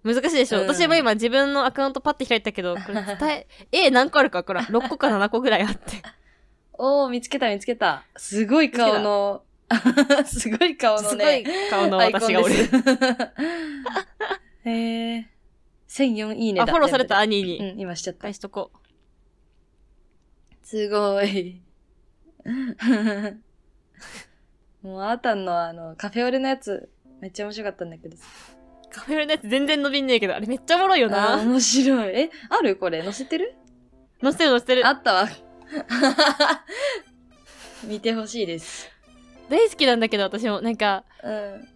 難しいでしょ、うん私も今自分のアカウントパッて開いた けどこれ伝え A 何個あるか分からん6個か7個ぐらいあっておー、見つけた見つけた。すごい顔の、 すごい顔のすごねい、顔のアイコン私がおるです。 へえ。1004いいねあだ。フォローされたう兄にん、今しちゃった返。しとこすごい。 もう、あたんのあの、カフェオレのやつ、めっちゃ面白かったんだけど。うカフェオレのやつ全然伸びんねえけどあれめっちゃおもろいよあーな面白い。え、あるこれ、載せてる載せてる載せてるあったわ。 見てほしいです。大好きなんだけど私もなんかうん。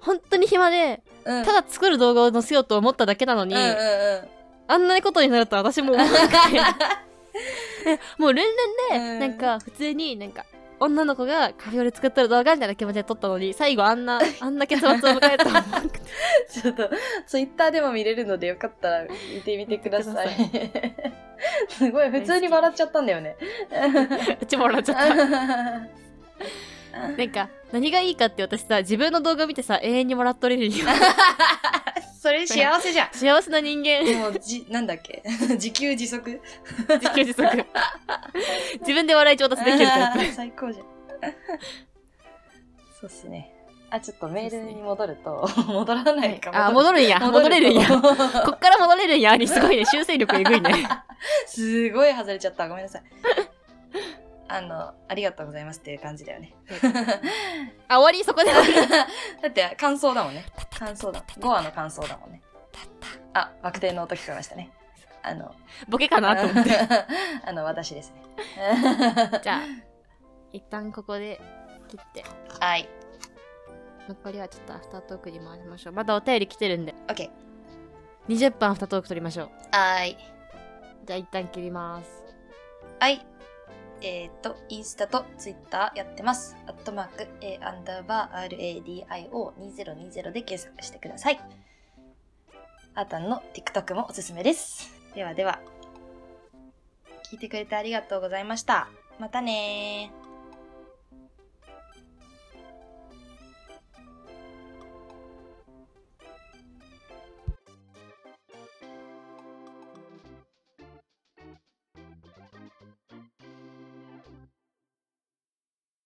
本当に暇でうん。ただ作る動画を載せようと思っただけなのに、うんうんうん。あんなことになると私も思わ なくてもうルンルンで、うんなんか普通になんか女の子がカフェオレ作ってる動画みたいな気持ちで撮ったのに最後あん なあんな結末を迎えた ちょっと、ツイッターでも見れるので、よかったら見てみてください。すごい、普通に笑っちゃったんだよね。うちも笑っちゃったなんか何がいいかって私さ自分の動画見てさ永遠にもらっとれるよ それ幸せじゃ幸せな人間ん。もう、じ、なんだっけ自給自足自給自足 自分で笑い調達できるタイ最高じゃん。そうっすね。あ、ちょっとメールに戻ると、戻らないかプあ戻るんや戻れるん やとこっから戻れるんや兄すごいね修正力えぐい ねすごい外れちゃった。ごめんなさい。あの、ありがとうございますっていう感じだよね。あ終わりそこで終わ り だって感想だもんね。感想だ。5話の感想だもんね。あ、バク転の音聞こえましたね。あの、ボケかなと思って あの、私ですね。 じゃあ一旦ここで切ってはい。残りはちょっとアフタートークに回しましょうまだお便り来てるんで OK。 20分アフタートーク取りましょうはい。じゃあ一旦切りますはい。えっ、と、インスタとツイッターやってます。アットマーク、A アンダーバー RADIO2020 で検索してください。あーたんの TikTok もおすすめです。ではでは、聞いてくれてありがとうございました。またねー。